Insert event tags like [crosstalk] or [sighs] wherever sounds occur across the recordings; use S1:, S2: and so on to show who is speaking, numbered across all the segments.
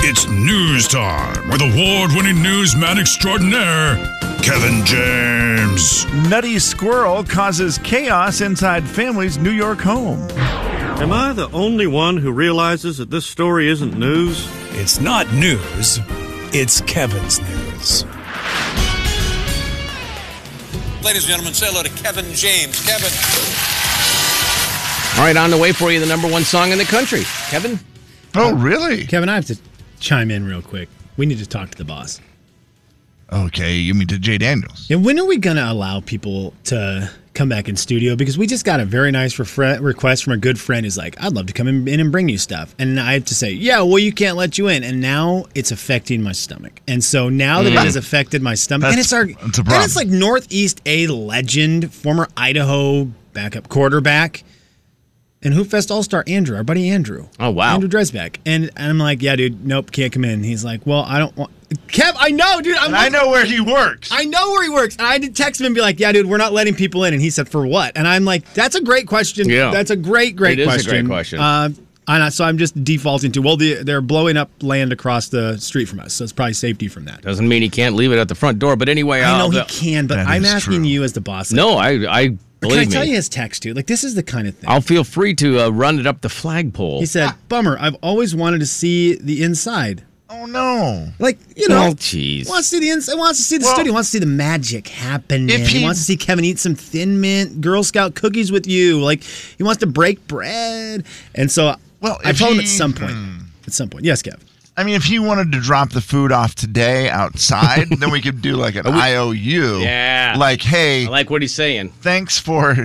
S1: It's news time with award winning newsman extraordinaire, Kevin James.
S2: Nutty squirrel causes chaos inside family's New York home.
S3: Am I the only one who realizes that this story isn't news?
S4: It's not news, it's Kevin's news.
S5: Ladies and gentlemen, say hello to Kevin James. Kevin.
S6: All right, on the way for you, the number one song in the country. Kevin?
S7: Oh, really?
S8: Kevin, I have to chime in real quick. We need to talk to the boss.
S7: Okay, you mean to Jay Daniels?
S8: And when are we going to allow people to come back in studio? Because we just got a very nice refre- request from a good friend who's like, I'd love to come in in and bring you stuff. And I have to say, yeah, well, you can't let you in. And now it's affecting my stomach. And so now that it has affected my stomach, and
S7: Mm. That's-
S8: it's our,
S7: that's a
S8: and
S7: problem.
S8: it's like Northeast A legend, former Idaho backup quarterback. And Who Fest All Star Andrew, our buddy Andrew.
S6: Oh, wow.
S8: Andrew Dresbeck. And, and I'm like, yeah, dude, nope, can't come in. He's like, well, I don't want. Kev, I know, dude. I'm
S7: And I
S8: like-
S7: know where he works.
S8: I know where he works. And I had to text him and be like, yeah, dude, we're not letting people in. And he said, for what? And I'm like, that's a great question.
S6: Yeah.
S8: That's a great, great
S6: It is a great question.
S8: question. Uh, and I- so I'm just defaulting to, well, the, they're blowing up land across the street from us. So it's probably safety from that.
S6: Doesn't mean he can't leave it at the front door, but anyway,
S8: I
S6: uh,
S8: know he
S6: the-
S8: can, but
S7: That
S8: I'm
S7: is
S8: asking
S7: true.
S8: you as the boss.
S6: No, I, I
S8: Or Can I
S6: believe
S8: tell
S6: me.
S8: you his text, too? Like, this is the kind of thing.
S6: I'll Ah. feel free to uh, run it up the flagpole.
S8: he said, bummer, I've always wanted to see the inside.
S7: Oh no!
S8: Like, you know.
S6: Oh, jeez.
S8: Wants to see the ins- wants to see the
S7: Well,
S8: studio. Wants to see the magic happen.
S7: if
S8: he,
S7: he-
S8: wants to see Kevin eat some Thin Mint Girl Scout cookies with you. Like he wants to break bread. And so,
S7: Well,
S8: I
S7: if
S8: told him
S7: he- Hmm.
S8: at some point. At some point, yes, Kev.
S7: I mean, if he wanted to drop the food off today outside, then we could do like
S6: [laughs]
S7: an IOU.
S6: Yeah.
S7: Like, hey,
S6: I like what he's saying.
S7: thanks for.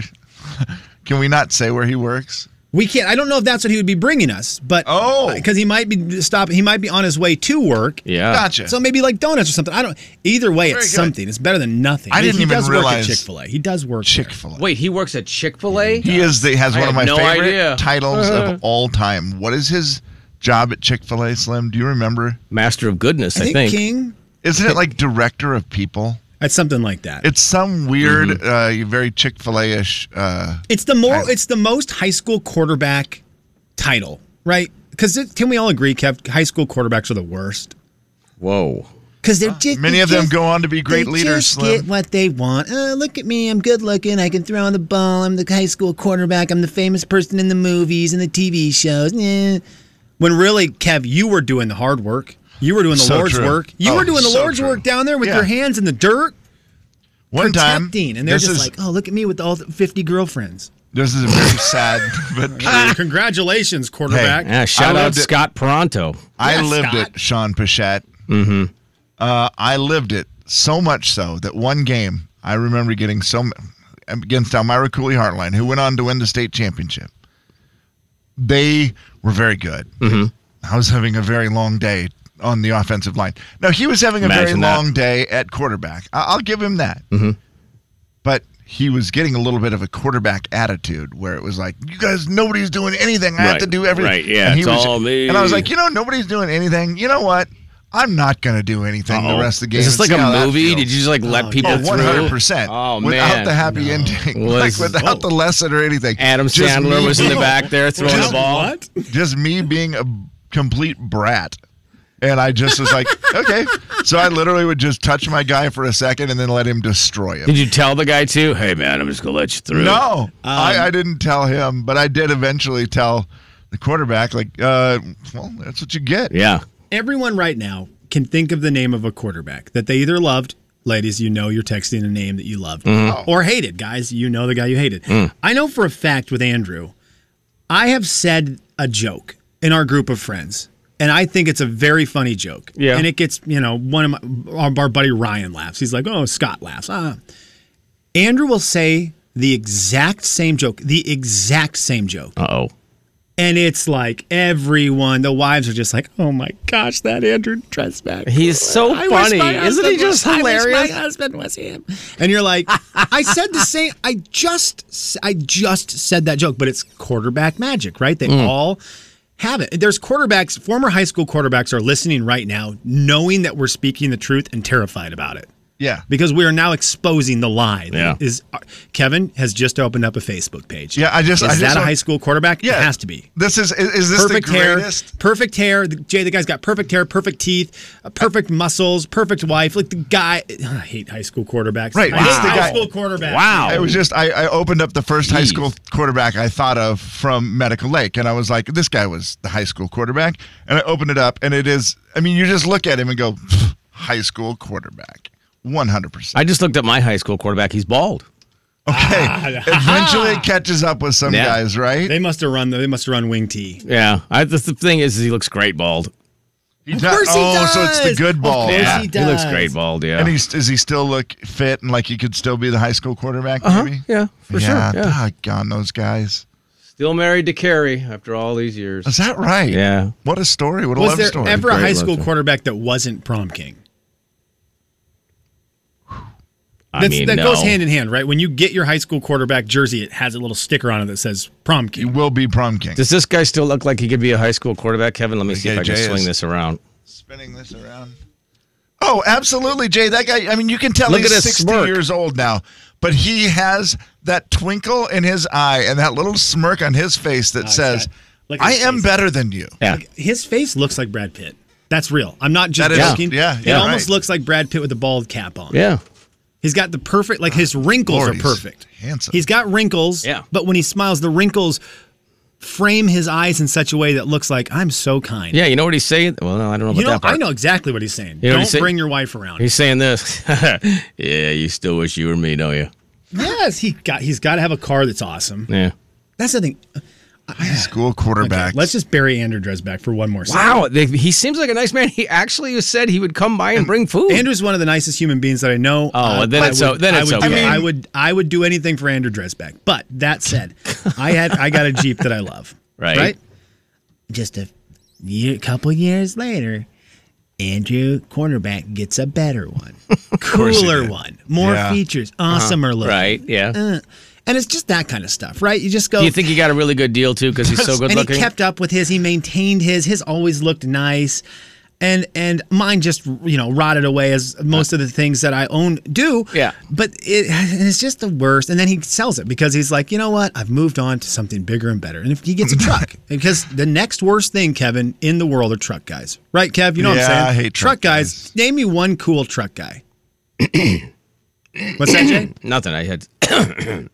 S7: Can we not say where he works?
S8: We can't. I don't know if that's what he would be bringing us, but
S7: Oh.
S8: because he might be stopping. He might be on his way to work.
S6: Yeah.
S7: Gotcha.
S8: So maybe like donuts or something. I don't. Either way,
S7: Very
S8: it's
S7: good.
S8: something. It's better than nothing.
S7: I
S8: He-
S7: didn't
S8: he
S7: even
S8: does
S7: realize-
S8: work at Chick Fil A. He does work there.
S7: Chick Fil A.
S6: Wait, he works at Chick fil A?
S7: He is the has
S6: I
S7: one of my
S6: had no
S7: favorite
S6: idea. Uh-huh.
S7: titles of all time. What is his job at Chick Fil A? Slim, do you remember?
S6: Master of Goodness, I
S8: I
S6: think.
S8: think King.
S7: Isn't it
S6: [laughs]
S7: like director of people?
S8: It's something like that.
S7: It's some weird, uh, very Chick Fil A ish. Uh,
S8: It's the more. It's the most high school quarterback title, right? Because can we all agree, Kev? High school quarterbacks are the worst.
S6: Whoa.
S8: Because they're just
S7: Ah, many
S8: they
S7: of them
S8: just-
S7: go on to be great
S8: they
S7: leaders.
S8: Just
S7: Slim.
S8: get what they want. Uh, look at me, I'm good looking. I can throw on the ball. I'm the high school quarterback. I'm the famous person in the movies and the TV shows. Eh. When really, Kev, you were doing the hard work. You were doing the
S7: So
S8: Lord's
S7: true.
S8: work. You
S7: Oh,
S8: were doing the
S7: so
S8: Lord's
S7: true.
S8: work down there with
S7: Yeah.
S8: your hands in the dirt,
S7: One time,
S8: protecting, and they're
S7: this
S8: just
S7: is,
S8: like, "Oh, look at me with all the 50 girlfriends."
S7: this is a very sad, [laughs] but true.
S8: [laughs] Congratulations, quarterback.
S6: Yeah, shout
S7: I
S6: out
S7: lived it.
S6: Scott Pronto.
S7: I
S8: Yeah,
S7: lived
S8: Scott.
S7: it, Sean Pichette. Mm-hmm. Uh, I lived it so much so that one game I remember getting so m- against Elmira Cooley Heartline, who went on to win the state championship. They were very good.
S6: Mm-hmm.
S7: I was having a very long day on the offensive line. No, he was having a very
S6: Imagine that. Mm-hmm.
S7: long day at quarterback. I- I'll give him that. But he was getting a little bit of a quarterback attitude where it was like, you guys, nobody's doing anything. I have
S6: Right,
S7: to do everything.
S6: right, yeah,
S7: and he
S6: it's
S7: was-
S6: all me.
S7: And I was like, you know, nobody's doing anything. You know what? I'm not going to do anything the rest of the game.
S6: Is this
S7: and
S6: like
S7: see how
S6: a
S7: that
S6: movie?
S7: feels.
S6: Did you just like let
S8: Oh,
S6: people
S7: Oh,
S8: yeah,
S6: through?
S7: 100%.
S6: Oh,
S7: Without
S6: man.
S7: the happy ending.
S6: Well,
S7: like
S6: this is-
S7: without the lesson or anything.
S6: oh. Adam
S7: Just
S6: Sandler
S7: me
S6: was in
S7: [laughs]
S6: the
S7: being-
S6: back there throwing the ball.
S8: What?
S7: just me being a complete brat. And I just was like, [laughs] okay. So I literally would just touch my guy for a second and then let him destroy him.
S6: Did you Um, tell the guy too? Hey man, I'm just gonna let you through.
S7: No, I, I didn't tell him, but I did eventually tell the quarterback, like, uh, well, that's what you get.
S6: Yeah.
S8: Everyone right now can think of the name of a quarterback that they either loved. Ladies, you know you're texting a name that you loved
S6: Mm-hmm.
S8: or hated. Guys, you know the guy you hated.
S6: Mm.
S8: I know for a fact with Andrew, I have said a joke in our group of friends, and I think it's a very funny joke.
S6: Yeah.
S8: And it gets, you know, one of my, our, our buddy Ryan laughs. He's like, oh, Scott laughs. Ah. Andrew will say the exact same joke, the exact same joke.
S6: Uh oh.
S8: And it's like everyone, the wives are just like, oh my gosh, that Andrew Dressback.
S6: He's so
S8: I wish
S6: funny.
S8: my
S6: Isn't he
S8: husband
S6: just
S8: was- I wish my
S6: hilarious?
S8: husband was him. And you're like, I said the same. I just, s- I just said that joke, but it's quarterback magic, right? They
S6: Mm.
S8: all have it. There's quarterbacks, former high school quarterbacks are listening right now, knowing that we're speaking the truth and terrified about it.
S7: Yeah.
S8: Because we are now exposing the lie. that
S6: Yeah.
S8: Is Kevin has just opened up a Facebook page.
S7: Yeah, I just-
S8: Is
S7: I just
S8: that a
S7: want-
S8: high school quarterback?
S7: Yeah.
S8: It has to be.
S7: This is is, is this
S8: perfect
S7: the
S8: hair,
S7: greatest?
S8: perfect hair. The- Jay, the guy's got perfect hair, perfect teeth, uh, perfect muscles, perfect wife. Like the guy, [sighs] I hate high school quarterbacks.
S7: Right,
S8: I
S7: this
S8: hate
S7: is the
S8: high
S7: guy-
S8: school quarterbacks.
S6: Wow.
S7: It was just I, I opened up the first high
S6: Jeez.
S7: school quarterback I thought of from Medical Lake, and I was like, this guy was the high school quarterback, and I opened it up, and it is. I mean, you just look at him and go, "Pfft, high school quarterback, one hundred percent.
S6: I just looked up my high school quarterback. He's bald.
S8: Ah,
S7: Okay,
S8: [laughs]
S7: eventually it catches up with some
S6: Yeah.
S7: guys, right?
S8: They must have run. the- They must have run wing T.
S6: Yeah. I, the, the thing is, is he looks great bald.
S7: He does-
S8: course he
S7: oh, so it's the
S8: does.
S7: good
S8: Of
S7: ball.
S8: course
S6: yeah.
S8: he
S6: looks
S8: does.
S6: great bald. Yeah.
S7: And he's does he still look fit and like he could still be the high school quarterback?
S8: Uh-huh.
S7: Maybe.
S6: yeah, for
S7: yeah,
S6: sure. Yeah.
S7: doggone those guys.
S6: Still married to Carrie after all these years.
S7: Is that right?
S6: Yeah.
S7: What a story. What a
S8: Was
S7: love
S8: there
S7: story.
S8: ever a
S6: Great
S8: high
S6: love
S8: school
S6: story.
S8: quarterback that wasn't prom king?
S6: I
S8: That's,
S6: mean,
S8: that
S6: no.
S8: goes hand in hand, right? When you get your high school quarterback jersey, it has a little sticker on it that says prom
S7: he
S8: king.
S7: will be prom king.
S6: Does this guy still look like he could be a high school quarterback, Kevin? Let me see if I can
S7: KJ is-
S6: swing this around.
S7: spinning this around. Oh, absolutely, Jay. That guy. I mean, you can tell
S6: Look
S7: he's
S6: at his
S7: sixty
S6: smirk.
S7: years old now, but he has that twinkle in his eye and that little smirk on his face that says,
S8: got- look at
S7: "I
S8: his
S7: am
S8: face.
S7: better than you."
S6: Yeah.
S8: His face looks like Brad Pitt. That's real. I'm not just
S7: That is-
S8: joking.
S7: yeah,
S8: it
S7: yeah,
S8: almost
S7: right.
S8: looks like Brad Pitt with a bald cap on.
S6: Yeah.
S8: He's got the perfect, like his wrinkles
S7: Lord,
S8: are
S7: he's
S8: perfect.
S7: handsome.
S8: He's got wrinkles.
S6: Yeah.
S8: But when he smiles, the wrinkles frame his eyes in such a way that looks like I'm so kind.
S6: Yeah. You know what he's saying? Well, no, I don't know about
S8: You know,
S6: that part.
S8: I know exactly what he's saying.
S6: You know what
S8: Don't
S6: he's saying?
S8: bring your wife around.
S6: He's saying this. [laughs] yeah. You still wish you were me, don't you?
S8: yes, he got. He's got to have a car that's awesome.
S6: Yeah.
S8: That's the thing.
S7: School
S8: Okay,
S7: quarterback.
S8: let's just bury Andrews back for one more. second.
S6: Wow. They, he seems like a nice man. He actually said he would come by and bring food.
S8: Andrew's one of the nicest human beings that I know. Uh,
S6: Oh, well, then
S8: I
S6: it's
S8: would,
S6: o- then
S8: I
S6: it's
S8: would, do-
S6: okay.
S8: I would I would do anything for Andrew Dresback. But that said, I had I got a Jeep that I love.
S6: [laughs] Right.
S8: Just a year, couple years later, Andrew cornerback gets a
S6: [laughs]
S8: better one, cooler one, more
S7: Yeah.
S8: features, awesomer looking.
S6: Right. Yeah.
S8: Uh, and it's just that kind of stuff, right? You just go.
S6: Do you think he got a really good deal too because he's so good
S8: and
S6: looking?
S8: he kept up with his. He maintained his. His always looked nice, and and mine just you know rotted away as most of the things that I own do.
S6: Yeah.
S8: but it, it's just the worst. And then he sells it because he's like, you know what? I've moved on to something bigger and better. And if he gets
S6: [laughs]
S8: a truck, because the next worst thing, Kevin, in the world are truck guys, right, Kev? You know what I'm
S7: Yeah,
S8: saying?
S7: I hate truck
S8: guys. Name me one cool truck guy. What's
S7: [coughs]
S8: that, Jay?
S6: Nothing. I had. [coughs]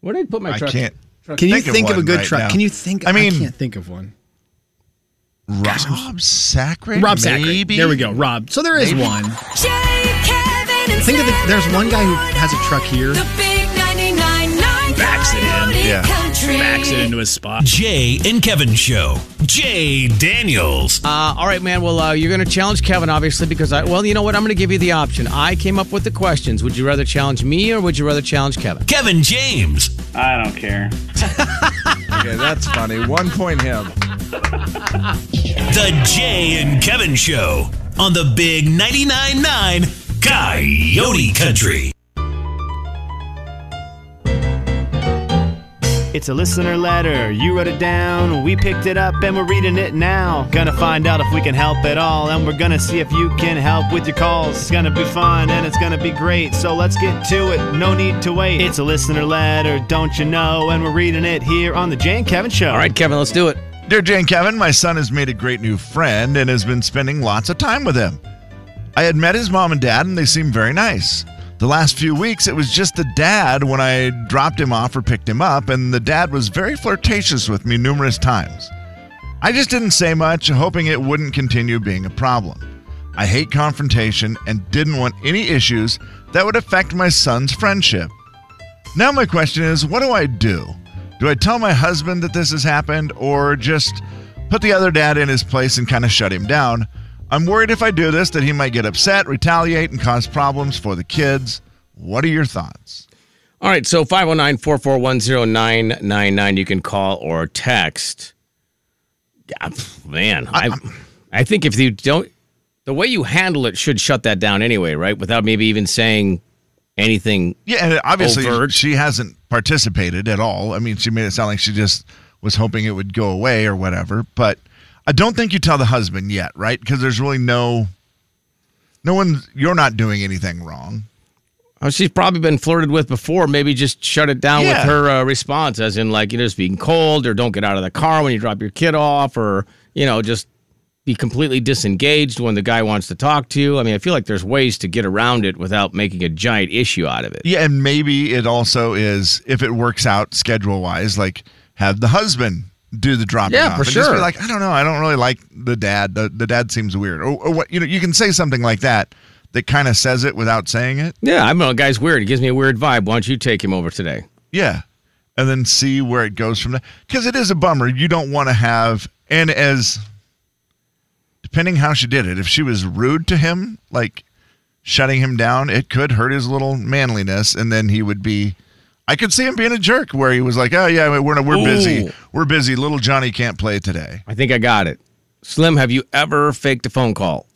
S6: Where did I put my
S7: I
S6: truck?
S7: can't.
S8: Can you
S7: Think of
S8: think of, a
S7: one
S8: good
S7: right
S8: truck?
S7: now.
S8: Can you think?
S7: I mean-
S8: can't think of one.
S7: Rob Sacre.
S8: Rob
S7: maybe?
S8: Sacre. There we go, Rob. So there is
S7: Maybe.
S8: one.
S9: Jay, Kevin, and
S8: Think of the, there's one guy who has a truck here.
S9: The big 99.9
S8: Backs it in.
S9: Coyote
S7: Yeah.
S9: Country.
S8: Backs it into his spot.
S4: Jay and Kevin Show. Jay Daniels.
S6: Uh, all right, man. Well, uh, you're going to challenge Kevin, obviously, because I. Well, you know what? I'm going to give you the option. I came up with the questions. Would you rather challenge me or would you rather challenge Kevin?
S4: Kevin James.
S10: I don't care.
S7: Okay, that's funny. One point him.
S4: The Jay and Kevin Show on the Big 99.9 9 Coyote Country.
S10: It's a listener letter. You wrote it down. We picked it up and we're reading it now. Gonna find out if we can help at all. And we're gonna see if you can help with your calls. It's gonna be fun and it's gonna be great. So let's get to it. No need to wait. It's a listener letter, don't you know? And we're reading it here on The Jane Kevin Show.
S6: All right, Kevin. Let's do it.
S7: Dear Jane Kevin, my son has made a great new friend and has been spending lots of time with him. I had met his mom and dad, and they seemed very nice. The last few weeks, it was just the dad when I dropped him off or picked him up, and the dad was very flirtatious with me numerous times. I just didn't say much, hoping it wouldn't continue being a problem. I hate confrontation and didn't want any issues that would affect my son's friendship. Now, my question is what do I do? Do I tell my husband that this has happened or just put the other dad in his place and kind of shut him down? I'm worried if I do this that he might get upset, retaliate, and cause problems for the kids. What are your thoughts?
S6: All right, so 509 441 999 you can call or text. Yeah, pff, Man, I I think if you don't the way you handle it should shut that down anyway, right? Without maybe even saying anything.
S7: Yeah, and obviously
S6: Overt.
S7: she hasn't participated at all. I mean, she made it sound like she just was hoping it would go away or whatever, but I don't think you tell the husband yet, right? Because there's really no No one, you're not doing anything wrong.
S6: Oh, she's probably been flirted with before. Maybe just shut it down
S7: Yeah.
S6: with her uh, response, as in like you know, just being cold, or don't get out of the car when you drop your kid off, or you know, just be completely disengaged when the guy wants to talk to you. I mean, I feel like there's ways to get around it without making a giant issue out of it.
S7: Yeah, and maybe it also is if it works out schedule wise, like have the husband do the dropping
S6: Yeah,
S7: off.
S6: for
S7: and Just be
S6: sure.
S7: like, I don't know, I don't really like the dad. The, the dad seems weird, or, or what you know. You can say something like that that kind of says it without saying it.
S6: Yeah, I know. the Guy's weird. He gives me a weird vibe. Why don't you take him over today?
S7: Yeah. And then see where it goes from there. Because it is a bummer. You don't want to have, and as, depending how she did it, if she was rude to him, like shutting him down, it could hurt his little manliness. And then he would be, I could see him being a jerk where he was like, oh, yeah, we're, we're busy.
S6: Ooh.
S7: We're busy. Little Johnny can't play today.
S6: I think I got it. Slim, have you ever faked a phone call?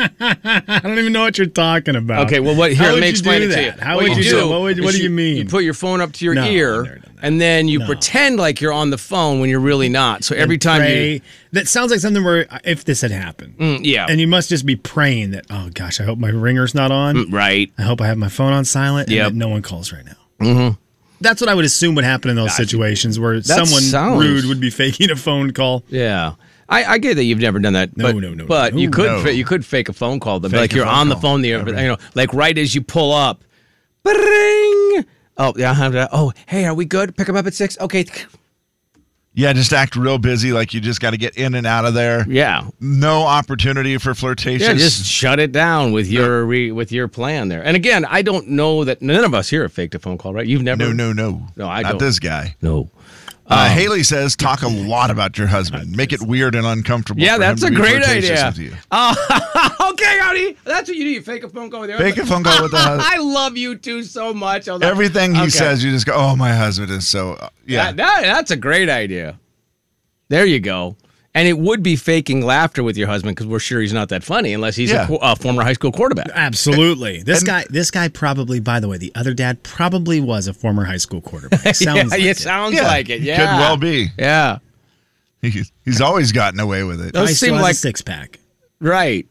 S8: I don't even know what you're talking about.
S6: Okay, well, what here?
S8: How
S6: let
S8: would
S6: me
S8: you
S6: explain
S8: do
S6: it to
S8: that?
S6: you.
S8: How would you, do? What, would, what
S6: is
S8: do you mean?
S6: You put your phone up to your
S8: No, I've
S6: ear,
S8: never done that.
S6: and then you pretend like you're on the phone when you're really not. So every
S8: and
S6: time
S8: pray. that sounds like something where uh, if this had happened,
S6: you, Mm, yeah,
S8: and you must just be praying that oh gosh, I hope my ringer's not on.
S6: Mm, right.
S8: I hope I have my phone on silent and
S6: Yep.
S8: that no one calls right now. Mm-hmm. That's what I would assume would happen in those situations where someone
S6: sounds-
S8: rude would be faking a phone call.
S6: Yeah, I, I get that you've never done that.
S8: No,
S6: but,
S8: no, no,
S6: But
S8: no.
S6: you could
S7: No.
S6: fa- you could fake a phone call, but
S7: Fake
S6: like
S7: a
S6: you're
S7: phone
S6: on the
S7: call.
S6: phone, the you know, like right as you pull up, ring. Oh yeah, I have that. Oh hey, are we good? Pick them up at six. Okay.
S7: Yeah, just act real busy. Like you just got to get in and out of there.
S6: Yeah.
S7: No opportunity for flirtation.
S6: Yeah, just shut it down with your re, with your plan there. And again, I don't know that none of us here have faked a phone call, right? You've never
S7: no, no, no.
S6: No, I
S7: Not
S6: don't.
S7: this guy.
S6: no. Um,
S7: Uh, Haley says, talk a lot about your husband. Make it weird and uncomfortable.
S6: Yeah,
S7: for
S6: that's
S7: him
S6: a
S7: to be
S6: great
S7: flirtatious
S6: idea.
S7: with you.
S6: Oh, okay, Howdy. That's what you do. You fake a phone call with your
S7: Fake a
S6: husband.
S7: phone call with the
S6: [laughs]
S7: husband.
S6: I love you two so much. I love-
S7: Everything he
S6: Okay.
S7: says, you just go, oh, my husband is so. uh, Yeah.
S6: That- that- that's a great idea. There you go. And it would be faking laughter with your husband because we're sure he's not that funny unless he's
S7: Yeah.
S6: a, qu- a former high school quarterback.
S8: Absolutely. This
S7: And-
S8: guy this guy probably by the way, the other dad probably was a former high school quarterback. Sounds
S6: [laughs] yeah,
S8: like
S6: it
S8: it.
S6: sounds
S7: Yeah,
S6: like it.
S7: he
S6: Yeah,
S7: could well be.
S6: Yeah,
S7: He's, he's always gotten away with it.
S6: Those
S8: I still
S6: seem
S8: have
S6: like-
S8: a six pack.
S6: right.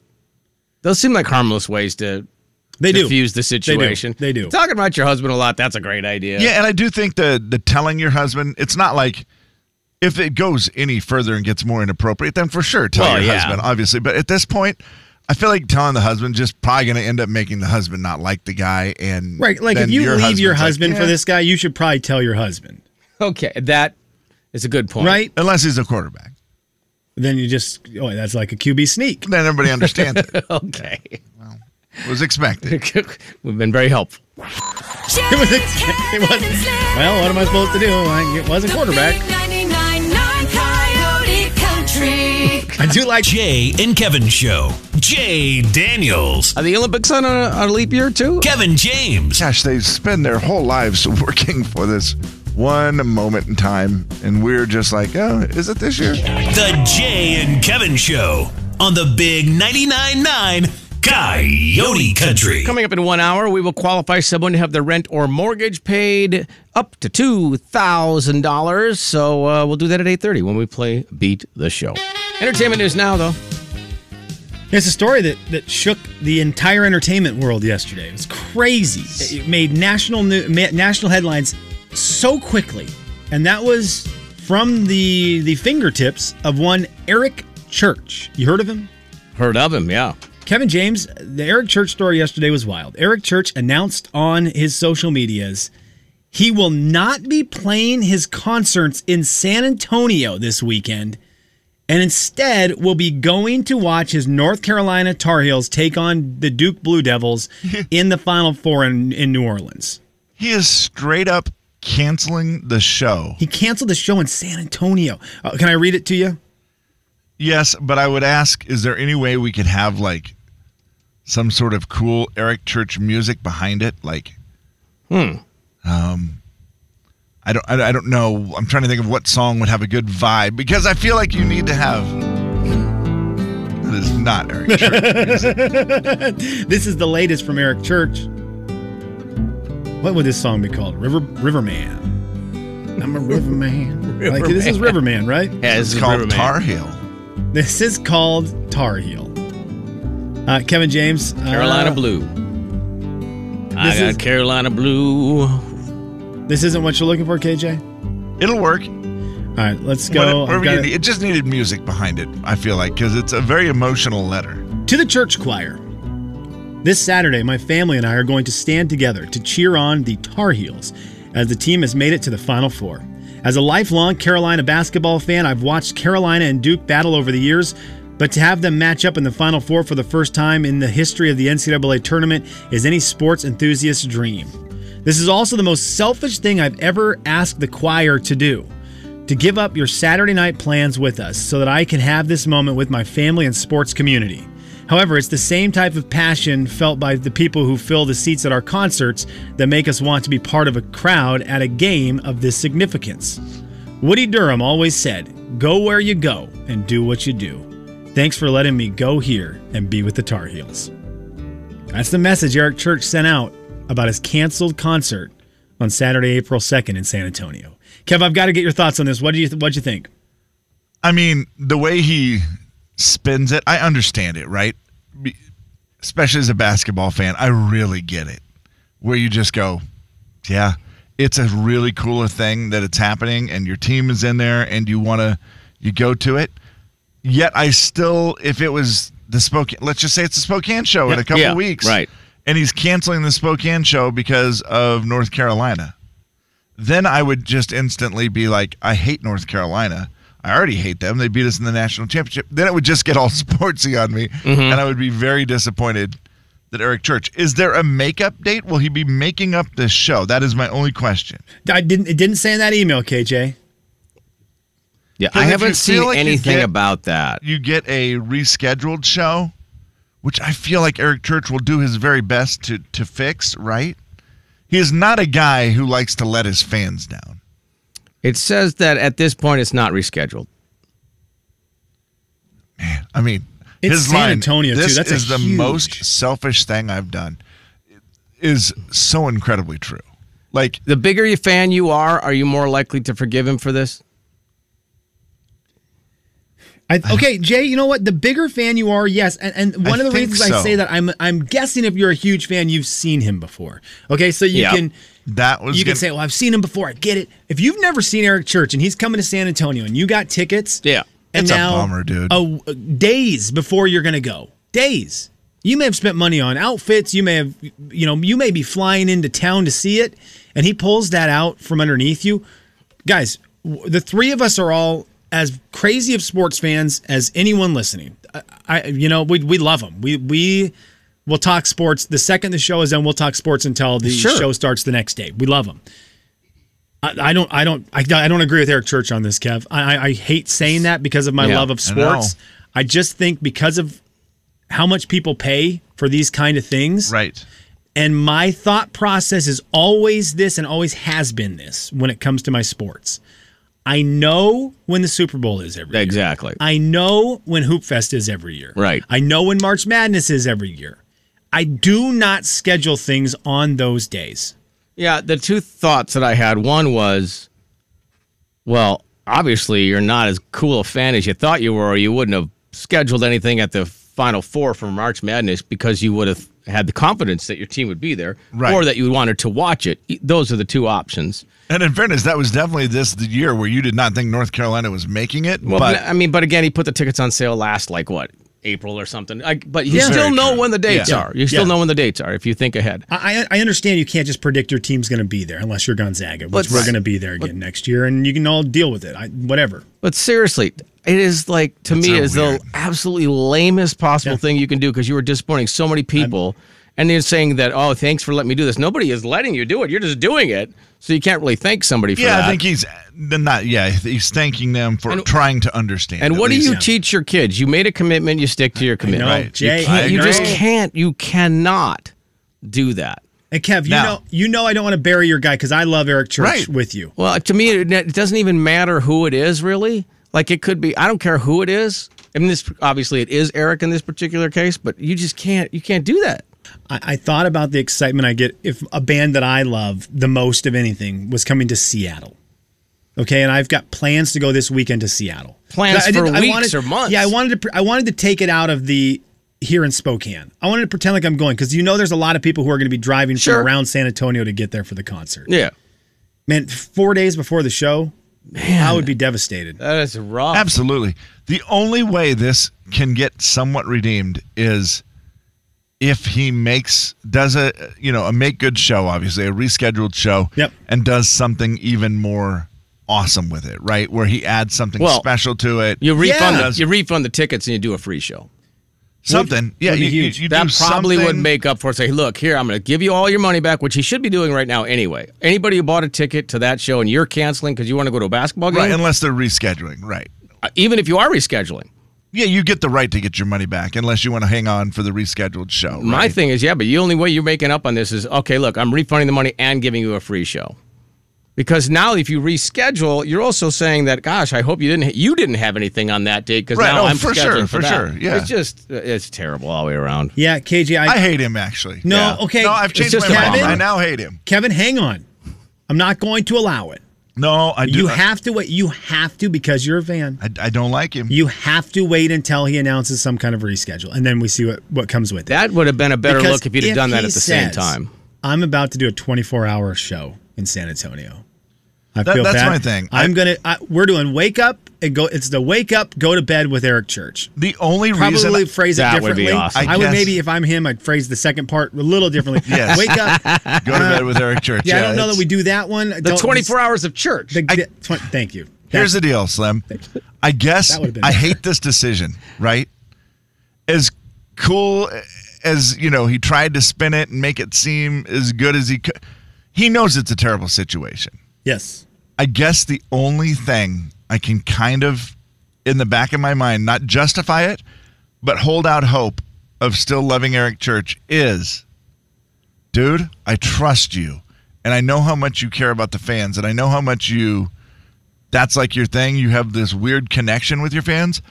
S6: Those seem like harmless ways to
S8: They do.
S6: diffuse the situation.
S8: They do.
S6: Talking about your husband a lot, that's a great idea.
S7: Yeah, and I do think the the telling your husband, it's not like if it goes any further and gets more inappropriate, then for sure tell
S6: Well,
S7: your
S6: yeah.
S7: husband, obviously. But at this point, I feel like telling the husband just probably going to end up making the husband not like the guy, and
S8: Right. Like
S7: then
S8: if you leave
S7: husband's
S8: your
S7: like,
S8: husband for
S7: "Yeah,"
S8: this guy, you should probably tell your husband.
S6: Okay, that is a good point.
S8: Right?
S7: unless he's a quarterback,
S8: Then you just oh that's like a QB sneak.
S7: then everybody understands it.
S6: Okay. [laughs]
S7: It Was expected.
S6: We've been very helpful.
S8: [laughs] It was it was well, what am I supposed to do? Like, it wasn't quarterback.
S9: Coyote Country.
S8: I do like
S4: Jay and Kevin Show. Jay Daniels.
S6: Are the Olympics on a, on a leap year too?
S4: Kevin James.
S7: Gosh, they spend their whole lives [laughs] working for this one moment in time, and we're just like, oh, is it this year?
S4: The Jay and Kevin Show on the Big 99.9 9 Coyote Country.
S6: Coming up in one hour, we will qualify someone to have their rent or mortgage paid up to two thousand dollars. So uh, we'll do that at eight thirty when we play Beat the Show. Entertainment news now, though.
S8: It's a story that, that shook the entire entertainment world yesterday. It was crazy. It made national new, ma- national headlines so quickly, and that was from the the fingertips of one Eric Church. You heard of him?
S6: Heard of him? Yeah.
S8: Kevin James, the Eric Church story yesterday was wild. Eric Church announced on his social medias he will not be playing his concerts in San Antonio this weekend and instead will be going to watch his North Carolina Tar Heels take on the Duke Blue Devils in the Final Four in, in New Orleans.
S7: He is straight up canceling the show.
S8: He canceled the show in San Antonio. Uh, can I read it to you?
S7: Yes, but I would ask, is there any way we could have like some sort of cool Eric Church music behind it? Like, hmm. Um, I don't, I, I don't know. I'm trying to think of what song would have a good vibe because I feel like you need to have. That is not
S8: [laughs]
S7: Eric Church.
S8: This is the latest from Eric Church. What would this song be called? River Riverman.
S6: [laughs]
S8: I'm a Riverman. like this is Riverman, right?
S6: Yeah, this
S7: it's
S6: is
S7: called
S6: Riverman.
S7: Tar Heel.
S8: This is called Tar Heel. Uh, Kevin James. uh,
S6: Carolina Blue. I
S8: this
S6: got
S8: is-
S6: Carolina Blue.
S8: This isn't what you're looking for, KJ?
S7: It'll work.
S8: All right, let's
S7: Whatever-
S8: go. I've
S7: whatever
S8: got
S7: you
S8: it.
S7: need. It just needed music behind it, I feel like, because it's a very emotional letter.
S8: To the church choir. This Saturday, my family and I are going to stand together to cheer on the Tar Heels as the team has made it to the Final Four. As a lifelong Carolina basketball fan, I've watched Carolina and Duke battle over the years, but to have them match up in the Final Four for the first time in the history of the NCAA tournament is any sports enthusiast's dream. This is also the most selfish thing I've ever asked the choir to do to give up your Saturday night plans with us so that I can have this moment with my family and sports community. However, it's the same type of passion felt by the people who fill the seats at our concerts that make us want to be part of a crowd at a game of this significance. Woody Durham always said, Go where you go and do what you do. Thanks for letting me go here and be with the Tar Heels. That's the message Eric Church sent out about his canceled concert on Saturday, April 2nd in San Antonio. Kev, I've got to get your thoughts on this. What do you what do you think?
S7: I mean, the way he spins it, I understand it, right? Be- Especially as a basketball fan, I really get it. Where you just go, yeah, it's a really cooler thing that it's happening and your team is in there and you want to you go to it. Yet I still if it was the Spokane, let's just say it's the Spokane show in a couple
S6: yeah,
S7: weeks.
S6: right.
S7: And he's canceling the Spokane show because of North Carolina then I would just instantly be like, I hate North Carolina. I already hate them. They beat us in the national championship. Then it would just get all [laughs] sportsy on me, and I would be very disappointed that Eric Church. Is there a makeup date? Will he be making up this show? That is my only question.
S8: I didn't it didn't say in that email, KJ.
S6: Yeah,
S7: Because if
S6: I
S7: you
S6: haven't seen
S7: feel like you
S6: anything
S7: get-
S6: about that.
S7: You get a rescheduled show, which I feel like Eric Church will do his very best to to fix. Right? He is not a guy who likes to let his fans down.
S6: It says that at this point it's not rescheduled.
S7: I mean,
S8: It's
S7: his
S8: San
S7: line,
S8: Antonio, too.
S7: This
S8: That's a
S7: is the
S8: huge-
S7: most selfish thing I've done. Is so incredibly true. Like
S6: The bigger you fan you are, are you more likely to forgive him for this?
S8: I, okay, Jay, you know what? The bigger fan you are, yes, and, and one
S7: I
S8: of the
S7: think
S8: reasons I
S7: so.
S8: say that I'm I'm guessing if you're a huge fan, you've seen him before. Okay, so you
S6: Yeah.
S8: can
S7: that was
S8: you can
S7: gonna-
S8: say, "Well, I've seen him before. I get it." If you've never seen Eric Church and he's coming to San Antonio and you got tickets,
S6: Yeah.
S8: and
S7: It's a
S8: now
S7: bummer, dude.
S8: a- a- days before you're gonna go, days. You may have spent money on outfits. You may have, you know, you may be flying into town to see it, and he pulls that out from underneath you, guys. w- The three of us are all as crazy of sports fans as anyone listening. I, I you know, we we love them. We we will talk sports the second the show is done. We'll talk sports until the
S6: Sure.
S8: show starts the next day. We love them. I, I don't, I don't, I, I don't agree with Eric Church on this, Kev. I, I- I hate saying that because of my
S6: Yeah,
S8: love of
S7: I know.
S8: sports. I just think because of how much people pay for these kind of things,
S7: right.
S8: and my thought process is always this and always has been this when it comes to my sports. I know when the Super Bowl is every year.
S6: Exactly.
S8: I know when Hoop Fest is every year.
S6: Right.
S8: I know when March Madness is every year. I do not schedule things on those days.
S6: Yeah, the two thoughts that I had one was, well, obviously you're not as cool a fan as you thought you were, or you wouldn't have scheduled anything at the Final Four for March Madness because you would have had the confidence that your team would be there,
S7: Right.
S6: or that you wanted to watch it. E, Those are the two options.
S7: And in fairness, that was definitely this the year where you did not think North Carolina was making it.
S6: Well,
S7: but
S6: I mean, but again, he put the tickets on sale last, like what April or something. Like, but you
S8: Yeah.
S6: still
S7: Very
S6: know
S7: true.
S6: when the dates
S7: Yeah.
S6: are. You still
S8: Yeah.
S6: know when the dates are if you think ahead.
S8: I, I I understand you can't just predict your team's going to be there unless you're Gonzaga, which
S6: But-
S8: we're going to be there again next year, and you can all deal with it. I, whatever.
S6: But seriously, it is like to me
S7: so
S6: is
S7: weird.
S6: the absolutely lamest possible
S8: Yeah.
S6: thing you can do because you were disappointing so many people, and they're saying that oh, thanks for letting me do this. Nobody is letting you do it. You're just doing it, so you can't really thank somebody for
S7: yeah,
S6: that.
S7: I think he's uh, not. Yeah, he's thanking them for trying to understand.
S6: and
S7: at
S6: what do
S7: least.
S6: you teach your kids? You made a commitment. You stick to your
S8: No,
S6: commitment.
S7: Right.
S8: Jay,
S7: You can't-
S8: I
S6: You just
S8: know.
S6: can't. You cannot do that.
S8: And Kev, you
S7: Now-
S8: know, you know, I don't want to bury your guy because I love Eric Church
S7: Right.
S8: with you.
S6: Well, to me, it it doesn't even matter who it is, really. Like it could be. I don't care who it is. I mean, this obviously it is Eric in this particular case, but you just can't. You can't do that.
S8: I, I thought about the excitement I get if a band that I love the most of anything was coming to Seattle. Okay, and I've got plans to go this weekend to Seattle.
S6: Plans
S8: I didn't-
S6: for
S8: I
S6: weeks
S8: wanted-
S6: or months.
S8: Yeah, I wanted to. pr- I wanted to take it out of the here in Spokane. I wanted to pretend like I'm going because you know there's a lot of people who are going to be driving
S6: Sure.
S8: from around San Antonio to get there for the concert.
S6: Yeah.
S8: Man, four days before the show, I would be devastated.
S6: That is rough.
S7: Absolutely. The only way this can get somewhat redeemed is if he makes does a you know a make good show, obviously a rescheduled show,
S8: Yep.
S7: and does something even more awesome with it, right? Where he adds something
S6: Well,
S7: special to it.
S6: You refund
S7: Yeah.
S6: the, you refund the tickets and you do a free show.
S7: something. yeah,
S8: would be
S7: you, you-
S8: huge.
S7: you do
S6: that probably would
S7: something-
S6: make up for it. Say, look, here, I'm going to give you all your money back, which he should be doing right now anyway. Anybody who bought a ticket to that show and you're canceling because you want to go to a basketball game,
S7: right unless they're rescheduling, right?
S6: uh, even if you are rescheduling.
S7: Yeah, you get the right to get your money back unless you want to hang on for the rescheduled show.
S6: My
S7: right?
S6: thing is, yeah, but the only way you're making up on this is, okay, look, I'm refunding the money and giving you a free show. Because now, if you reschedule, you're also saying that, gosh, I hope you didn't you didn't have anything on that date because
S7: Right,
S6: now
S7: oh,
S6: I'm
S7: for
S6: scheduling
S7: sure, for
S6: that.
S7: sure, yeah.
S6: it's just it's terrible all the way around.
S8: Yeah, KJ, I,
S7: I hate him actually.
S8: no,
S6: yeah.
S8: okay.
S7: no, I've changed
S6: just
S7: my
S6: a
S7: mind.
S6: bummer.
S7: I now hate him.
S8: Kevin, hang on. I'm not going to allow it.
S7: No, I do.
S8: You
S7: I-
S8: have to wait. You have to because you're a fan.
S7: I, I don't like him.
S8: You have to wait until he announces some kind of reschedule, and then we see what what comes with it.
S6: That would have been a better
S8: Because
S6: look if you'd have done that
S8: he
S6: at the same
S8: says,
S6: time.
S8: I'm about to do a 24 hour show in San Antonio. I
S7: That-
S8: feel
S7: that's
S8: bad.
S7: my thing.
S8: I'm gonna. I, we're doing wake up and go. It's the wake up, go to bed with Eric Church.
S7: The only reason
S8: Probably phrase it
S6: That would be
S8: differently.
S6: awesome.
S8: I,
S7: I
S8: would
S7: guess-
S8: maybe, if I'm him, I'd phrase the second part a little differently.
S7: [laughs] Yes.
S8: Wake up. Yeah,
S7: go to bed with
S8: [laughs]
S7: Eric Church.
S8: I don't know
S7: it's-
S8: that we do that one.
S6: The 24 hours of church.
S8: The, the- twen- thank you.
S7: Here's the deal, Slim. I guess
S8: That would've been
S7: I
S8: better.
S7: hate this decision. Right? As cool as you know, he tried to spin it and make it seem as good as he could. He knows it's a terrible situation.
S8: yes.
S7: I guess the only thing I can kind of, in the back of my mind, not justify it, but hold out hope of still loving Eric Church is, dude, I trust you. And I know how much you care about the fans. And I know how much you, that's like your thing. You have this weird connection with your fans.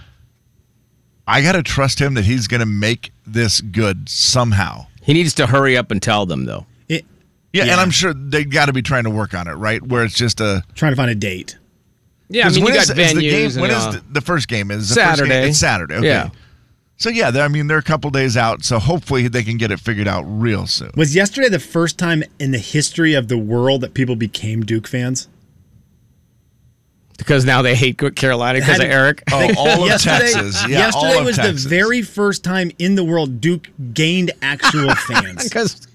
S7: I got to trust him that he's going to make this good somehow.
S6: He needs to hurry up and tell them though.
S8: It,
S7: Yeah. And I'm sure they got to be trying to work on it, right? Where it's just a,
S8: trying to find a date.
S6: Yeah, I
S7: 'Cause
S6: mean, you
S7: when
S6: got
S7: is- is the game-
S6: venues. and,
S7: when is
S6: uh,
S7: the, the first game? Is the First
S6: Saturday.
S7: game, it's Saturday. Okay.
S6: Yeah.
S7: So yeah, they're- I mean they're a couple days out, so hopefully they can get it figured out real soon.
S8: Was yesterday the first time in the history of the world that people became Duke fans?
S6: because now they hate Carolina because of
S8: Had- [laughs]
S6: Eric. [laughs]
S7: Oh, all of
S8: yesterday,
S7: Texas. Yeah,
S8: yesterday
S7: all of
S8: was
S7: Texas.
S8: the very first time in the world Duke gained actual
S6: [laughs]
S8: fans.
S6: Because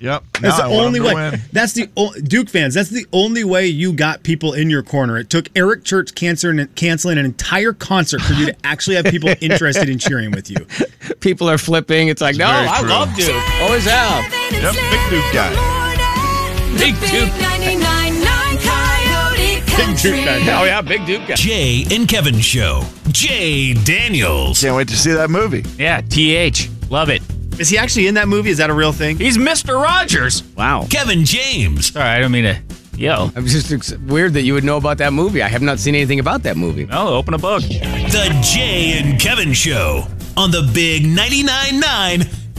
S7: Yep.
S8: That's
S7: now I
S8: the
S7: want
S8: only
S7: them
S8: way.
S7: to win.
S8: That's the o- Duke fans. That's the only way you got people in your corner. It took Eric Church cancer and canceling an entire concert for you to actually have people interested in cheering with you.
S6: people are flipping. It's like, no,
S7: very
S6: I
S7: true.
S6: love Duke. Always have.
S7: Yep, big Duke guy.
S9: Big
S6: Big
S9: Duke.
S6: Duke.
S9: 99.9 Coyote Country.
S6: Oh yeah, big Duke guy.
S4: Jay and Kevin Show. Jay Daniels.
S7: Can't wait to see that movie.
S11: Yeah, TH. Love it.
S10: Is he actually in that movie? Is that a real thing?
S11: He's Mr. Rogers.
S6: Wow.
S4: Kevin James.
S11: Sorry, I don't mean to. Yo.
S6: I'm just it's weird that you would know about that movie. I have not seen anything about that movie.
S11: No, open a book.
S4: The Jay and Kevin Show on the Big 99.9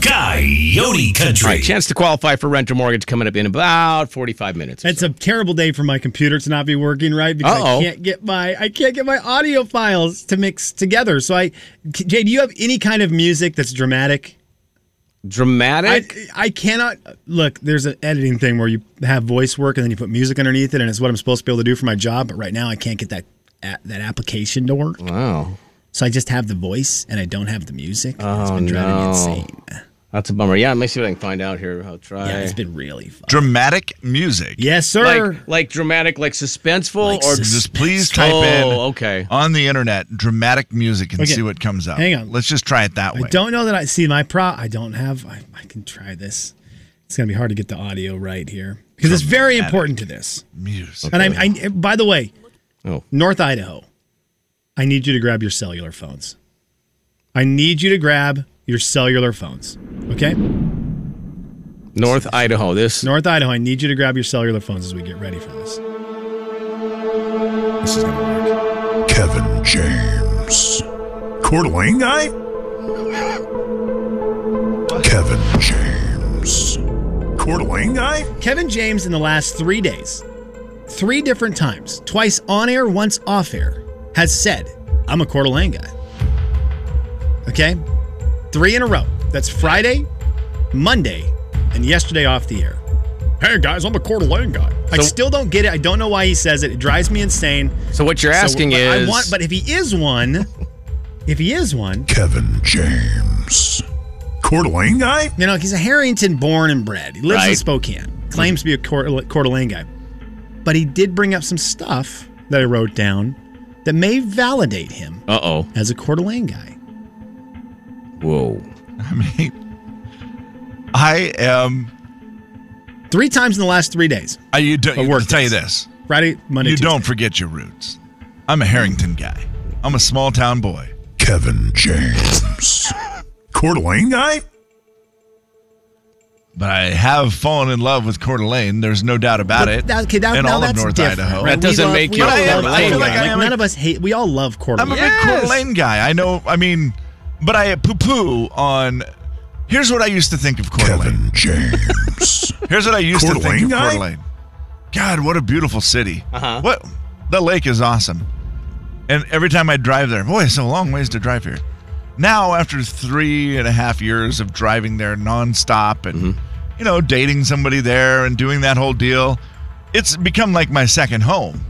S4: 9 Coyote
S6: All
S4: Country.
S6: right, chance to qualify for rent or mortgage coming up in about 45 minutes. or
S8: It's
S6: so.
S8: a terrible day for my computer to not be working right because
S6: Uh-oh.
S8: I can't get my I can't get my audio files to mix together. So I, Jay, do you have any kind of music that's dramatic? I,
S6: dramatic.
S8: I cannot look. There's an editing thing where you have voice work and then you put music underneath it, and it's what I'm supposed to be able to do for my job. But right now, I can't get that a- that application to work.
S6: wow.
S8: So I just have the voice and I don't have the music. it's
S6: Oh,
S8: been driving me
S6: no.
S8: insane.
S6: That's a bummer. Yeah, let me see what I can find out here. I'll try.
S8: Yeah, it's been really fun.
S7: Dramatic music.
S8: Yes, sir.
S6: like, like dramatic, like suspenseful,
S8: Like
S6: or
S8: sus-
S7: Just please type
S6: Oh,
S7: in
S6: okay.
S7: on the internet dramatic music and
S8: Okay.
S7: see what comes up.
S8: Hang on.
S7: Let's just try it that way.
S8: I don't know that I see my pro. I don't have. I, I can try this. It's gonna be hard to get the audio right here because it's very important to this.
S7: music.
S8: And I, I by the way,
S6: Oh.
S8: North Idaho, I need you to grab your cellular phones. I need you to grab your cellular phones. Okay,
S6: North Idaho. This
S8: North Idaho, I need you to grab your cellular phones as we get ready for this. This is gonna work.
S1: Kevin James. Coeur d'Alene guy? Kevin James. Coeur d'Alene guy?
S8: Kevin James in the last three days, three different times, twice on air, once off air, has said, I'm a Coeur d'Alene guy. Okay? Three in a row. That's Friday, Monday, and yesterday off the air. Hey guys, I'm a Coeur d'Alene guy. I still don't get it. I don't know why he says it. It drives me insane.
S6: So what you're asking
S8: but
S6: is-
S8: I want, but if he is one, [laughs] if he is one,
S1: Kevin James. Coeur d'Alene guy?
S8: You know, he's a Harrington born and bred. He lives in
S1: Right.
S8: Spokane. Claims to be a Coeur, Coeur d'Alene guy. But he did bring up some stuff that I wrote down that may validate him
S6: Uh oh.
S8: as a Coeur d'Alene guy.
S6: Whoa.
S7: I mean, I am.
S8: Three times in the last three days.
S7: I, you don't, I'll tell you this.
S8: Friday, Monday,
S7: You
S8: Tuesday.
S7: don't forget your roots. I'm a Harrington guy. I'm a small town boy.
S1: Kevin James. Coeur d'Alene guy?
S7: But I have fallen in love with Coeur d'Alene. There's no doubt about
S8: But
S7: it.
S8: that- okay, that-
S7: and
S8: now
S7: all of
S8: that's
S7: North
S8: different,
S7: Idaho.
S8: right? We love- we all
S7: But I
S8: love
S7: am-
S8: Coeur
S7: I feel
S8: d'Alene.
S7: like I am
S8: none
S7: a-
S8: of us hate. We all love Coeur
S7: I'm
S8: d'Alene.
S7: a big Coeur d'Alene guy. I know. I mean, but I poo poo on. Here's what I used to think of Coeur d'Alene.
S1: James.
S7: Here's what I used
S1: Coeur
S7: to think of
S1: d'Alene
S7: Coeur
S1: guy?
S7: d'Alene. God, what a beautiful city. Uh-huh. What the lake is awesome. And every time I drive there, boy, it's a long ways to drive here. Now, after three and a half years of driving there nonstop and you know dating somebody there and doing that whole deal, it's become like my second home.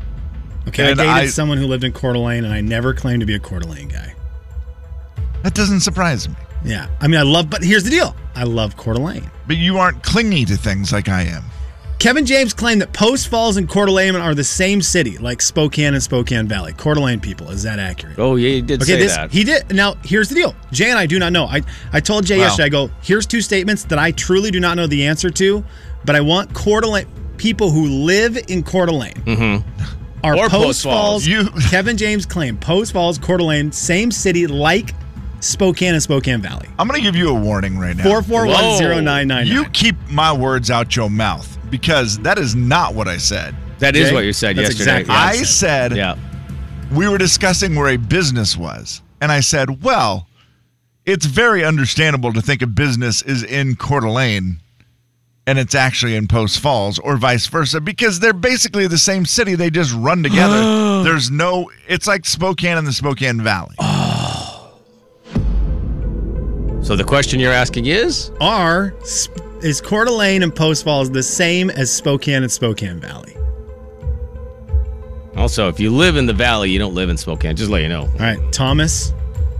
S8: Okay, I
S7: And
S8: dated
S7: I-
S8: someone who lived in Coeur d'Alene, and I never claimed to be a Coeur d'Alene guy.
S7: That doesn't surprise me.
S8: Yeah. I mean, I love, but here's the deal I love Coeur d'Alene.
S7: But you aren't clingy to things like I am.
S8: Kevin James claimed that Post Falls and Coeur d'Alene are the same city, like Spokane and Spokane Valley. Coeur d'Alene people, is that accurate?
S6: Oh yeah, you did
S8: Okay,
S6: say
S8: this
S6: that.
S8: he did. Now, here's the deal. Jay and I do not know. I, I told Jay
S6: Wow.
S8: yesterday, I go, here's two statements that I truly do not know the answer to, but I want Coeur d'Alene, people who live in Coeur d'Alene
S6: mm-hmm.
S8: are
S6: Or Post
S8: Post,
S6: Falls.
S8: Falls. [laughs] Kevin James claimed Post Falls, Coeur d'Alene, same city like Spokane and Spokane Valley.
S7: I'm gonna give you a warning right now.
S8: Four four one zero nine nine.
S7: You keep my words out your mouth because that is not what I said.
S6: That is what you said
S7: That's
S6: yesterday.
S7: exactly what I said.
S6: Yeah.
S7: We were discussing where a business was, and I said, "Well, it's very understandable to think a business is in Coeur d'Alene." And it's actually in Post Falls or vice versa because they're basically the same city. They just run
S8: [gasps]
S7: together. There's no, it's like Spokane and the Spokane Valley.
S8: Oh,
S6: So the question you're asking is
S8: Are Sp- is Coeur d'Alene and Post Falls the same as Spokane and Spokane Valley?
S6: also if you live in the valley, you don't live in Spokane. Just let you know.
S8: All right, Thomas.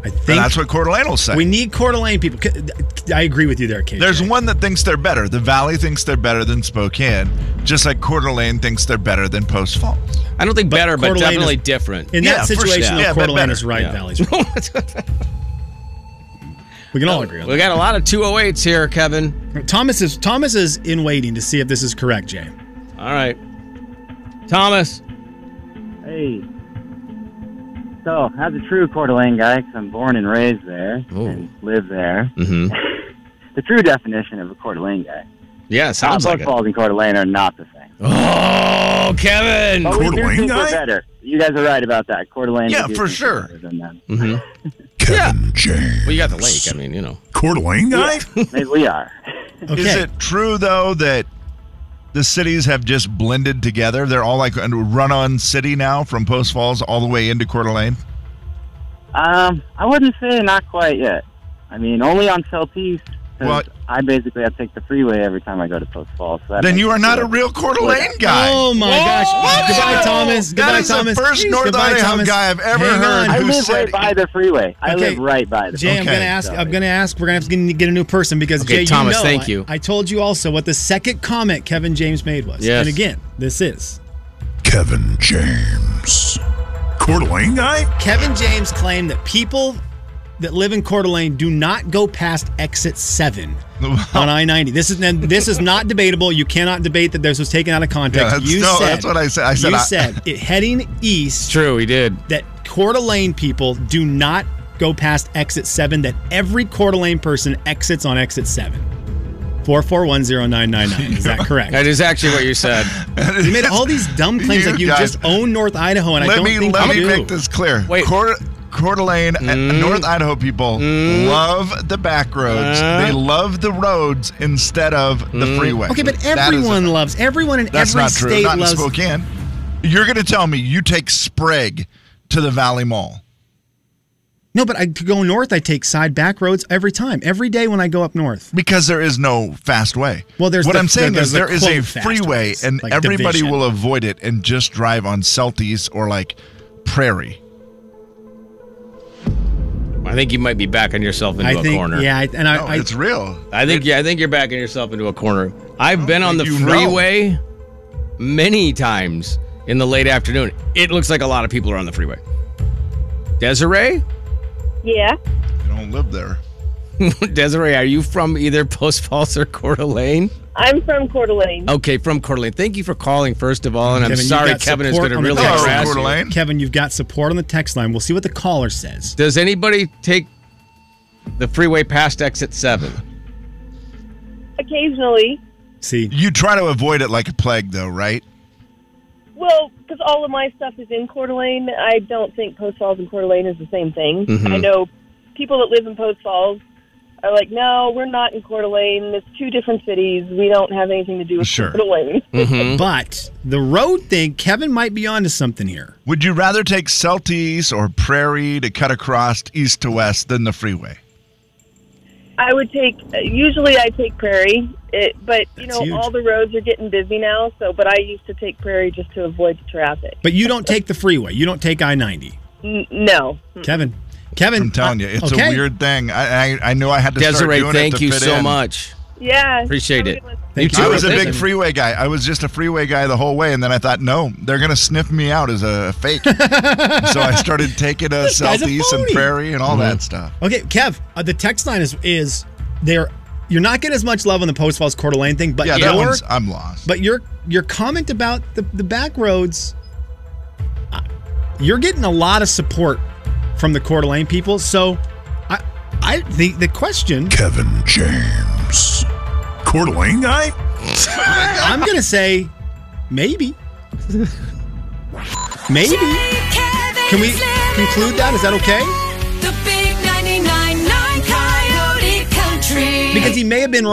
S8: I think
S7: that's what Coeur d'Alene will say.
S8: We need Coeur d'Alene people. C- I agree with you there, KJ.
S7: There's one that thinks they're better. The Valley thinks they're better than Spokane, just like Coeur d'Alene thinks they're better than Post Falls.
S6: I don't think better,
S7: Coeur
S6: but
S7: d'Alene
S6: definitely
S7: is-
S6: different.
S7: In that Yeah, for sure. situation, though, Yeah, Coeur but d'Alene better. is right,
S6: Yeah.
S8: Valley's we can all agree
S6: [laughs]
S8: on
S6: We got a lot of 208s here, Kevin.
S8: that. Thomas is Thomas is in waiting to see if this is correct, Jay.
S6: All right. Thomas.
S12: Hey. So, as a true Coeur d'Alene guy, 'cause I'm born and raised there and live there,
S6: Mm-hmm.
S12: [laughs] the true definition of a Coeur d'Alene guy.
S6: Yeah, sounds
S12: Hot
S6: like
S12: Dog
S6: it.
S12: Falls and Coeur d'Alene are not the same.
S6: Oh, Kevin.
S12: But we do think we're better. You guys are right about that. Coeur d'Alene.
S6: Yeah,
S12: we do
S6: for
S12: think
S6: sure.
S12: we're better than them.
S6: hmm
S1: Kevin James.
S6: Well, you got the lake. I mean, you know.
S1: Coeur d'Alene guy?
S12: Yeah, maybe we are.
S7: Is it true though that the cities have just blended together? They're all like a run-on city now, from Post Falls all the way into Coeur d'Alene.
S12: Um, I wouldn't say not quite yet. I mean, only on Southeast. 'cause
S7: What?
S12: I basically I take the freeway every time I go to Post Falls. So that
S7: Then
S12: makes
S7: you are
S12: it
S7: not
S12: feel-
S7: a real Coeur d'Alene guy.
S8: Oh my gosh! Goodbye, Thomas.
S7: That
S8: Goodbye,
S7: is
S8: Thomas.
S7: the first North
S8: Goodbye,
S7: Idaho
S8: Thomas.
S7: guy I've ever
S8: Hang
S7: heard.
S8: on.
S12: I live right by the freeway. I
S8: Okay.
S12: live right by the
S8: Jay, I'm gonna ask. I'm gonna ask. We're gonna have to get a new person because
S6: Okay,
S8: Jay,
S6: Thomas,
S8: you know,
S6: thank
S8: I,
S6: you.
S8: I told you also what the second comment Kevin James made was.
S6: Yes.
S8: And again, this is
S1: Kevin James. Coeur d'Alene guy?
S8: Kevin James claimed that people that live in Coeur d'Alene do not go past
S7: [laughs]
S8: exit seven on I-90. This is and this is not debatable. You cannot debate that this was taken out of
S7: Yeah,
S8: context.
S7: that's-
S8: you
S7: no,
S8: said
S7: that's what I said. I said
S8: you
S7: I-
S8: said it heading east.
S6: True, he did.
S8: That Coeur d'Alene people do not go past exit seven. That every Coeur d'Alene person exits on exit seven. Four four one zero nine nine nine.
S7: [laughs]
S8: Is that correct?
S6: That is actually what you said.
S8: You made all these dumb claims
S7: You
S8: like you
S7: guys-
S8: just own North Idaho, and I
S7: let
S8: don't
S7: me
S8: think
S7: let
S8: you
S7: me
S8: do.
S7: make this clear. Wait, Coeur, Coeur d'Alene, uh, North Idaho people love the back roads.
S8: Uh.
S7: they love the roads instead of the freeway.
S8: Okay, but
S7: That is
S8: everyone loves everyone in
S7: That's
S8: every
S7: not true.
S8: state
S7: Not
S8: loves
S7: in Spokane. You're going to tell me you take Sprague to the Valley Mall?
S8: No, but I to go north, I take side back roads every time, every day when I go up north.
S7: Because there is no fast way.
S8: Well, there's
S7: what
S8: the-
S7: I'm saying
S8: there-
S7: is
S8: there's
S7: there
S8: the
S7: is a
S8: quote fast
S7: freeway,
S8: ways,
S7: and
S8: like
S7: everybody
S8: division.
S7: will avoid it and just drive on Celtis or like Prairie.
S6: I think you might be backing yourself into
S8: I
S6: a
S8: think,
S6: corner.
S8: yeah, I, and I, I
S7: real.
S6: I think yeah, I think you're backing yourself into a corner. I've been on the
S8: think you know.
S6: freeway many times in the late afternoon. It looks like a lot of people are on the freeway. Desiree, [laughs]
S13: Yeah.
S7: You don't live there.
S6: Desiree, are you from either Post Falls or Coeur d'Alene?
S13: I'm from Coeur d'Alene.
S6: Okay, from Coeur d'Alene. Thank you for calling, first of all, and
S8: Kevin,
S6: I'm
S8: you've
S6: sorry
S8: got
S6: Kevin is
S8: support
S6: going to
S8: on the
S7: Oh,
S6: really
S8: text
S6: harass
S8: line.
S6: you.
S8: Kevin, you've got support on the text line. We'll see what the caller says.
S6: Does anybody take the freeway past exit seven?
S13: Occasionally.
S8: See,
S7: you try to avoid it like a plague, though, right?
S13: Well, because all of my stuff is in Coeur d'Alene. I don't think Post Falls and Coeur d'Alene is the same thing.
S7: Mhm.
S13: I know people that live in Post Falls are like, no, we're not in Coeur d'Alene. It's two different cities. We don't have anything to do with
S8: Sure.
S13: Coeur d'Alene.
S8: [laughs] But the road thing, Kevin might be onto something here.
S7: Would you rather take Celtis or Prairie to cut across east to west than the freeway?
S13: I would take. Usually, I take Prairie, it, but you
S8: That's
S13: know,
S8: huge.
S13: all the roads are getting busy now. So, but I used to take Prairie just to avoid the traffic.
S8: But you don't take the freeway. You don't take I ninety.
S13: N- no.
S8: Kevin, Kevin,
S7: I'm telling you, it's
S8: okay.
S7: a weird thing. I I, I knew I had to
S6: Desiree,
S7: start doing
S6: thank
S7: it to
S6: you
S7: fit
S6: so
S7: in.
S6: much.
S13: Yeah.
S6: Appreciate it.
S7: Thank you. I was a big
S6: Thanks.
S7: freeway guy. I was just a freeway guy the whole way, and then I thought, no, they're gonna sniff me out as a
S8: [laughs]
S7: fake. so I started taking a
S8: This guy's a
S7: southeast and
S8: phony.
S7: prairie and all
S6: Mm-hmm.
S7: that stuff.
S8: Okay, Kev, uh, the text line is is there. You're not getting as much love on the Post Falls Coeur d'Alene thing, but
S7: Yeah, that
S8: your-
S7: one's I'm lost.
S8: But your your comment about the the back roads, uh, you're getting a lot of support from the Coeur d'Alene people. So, I I the the question,
S1: Kevin James. Coeur d'Alene guy?
S7: [laughs]
S8: I'm gonna say maybe, maybe. Can we conclude that? Is that okay?
S9: The big 99.9 Coyote Country.
S8: Because he may have been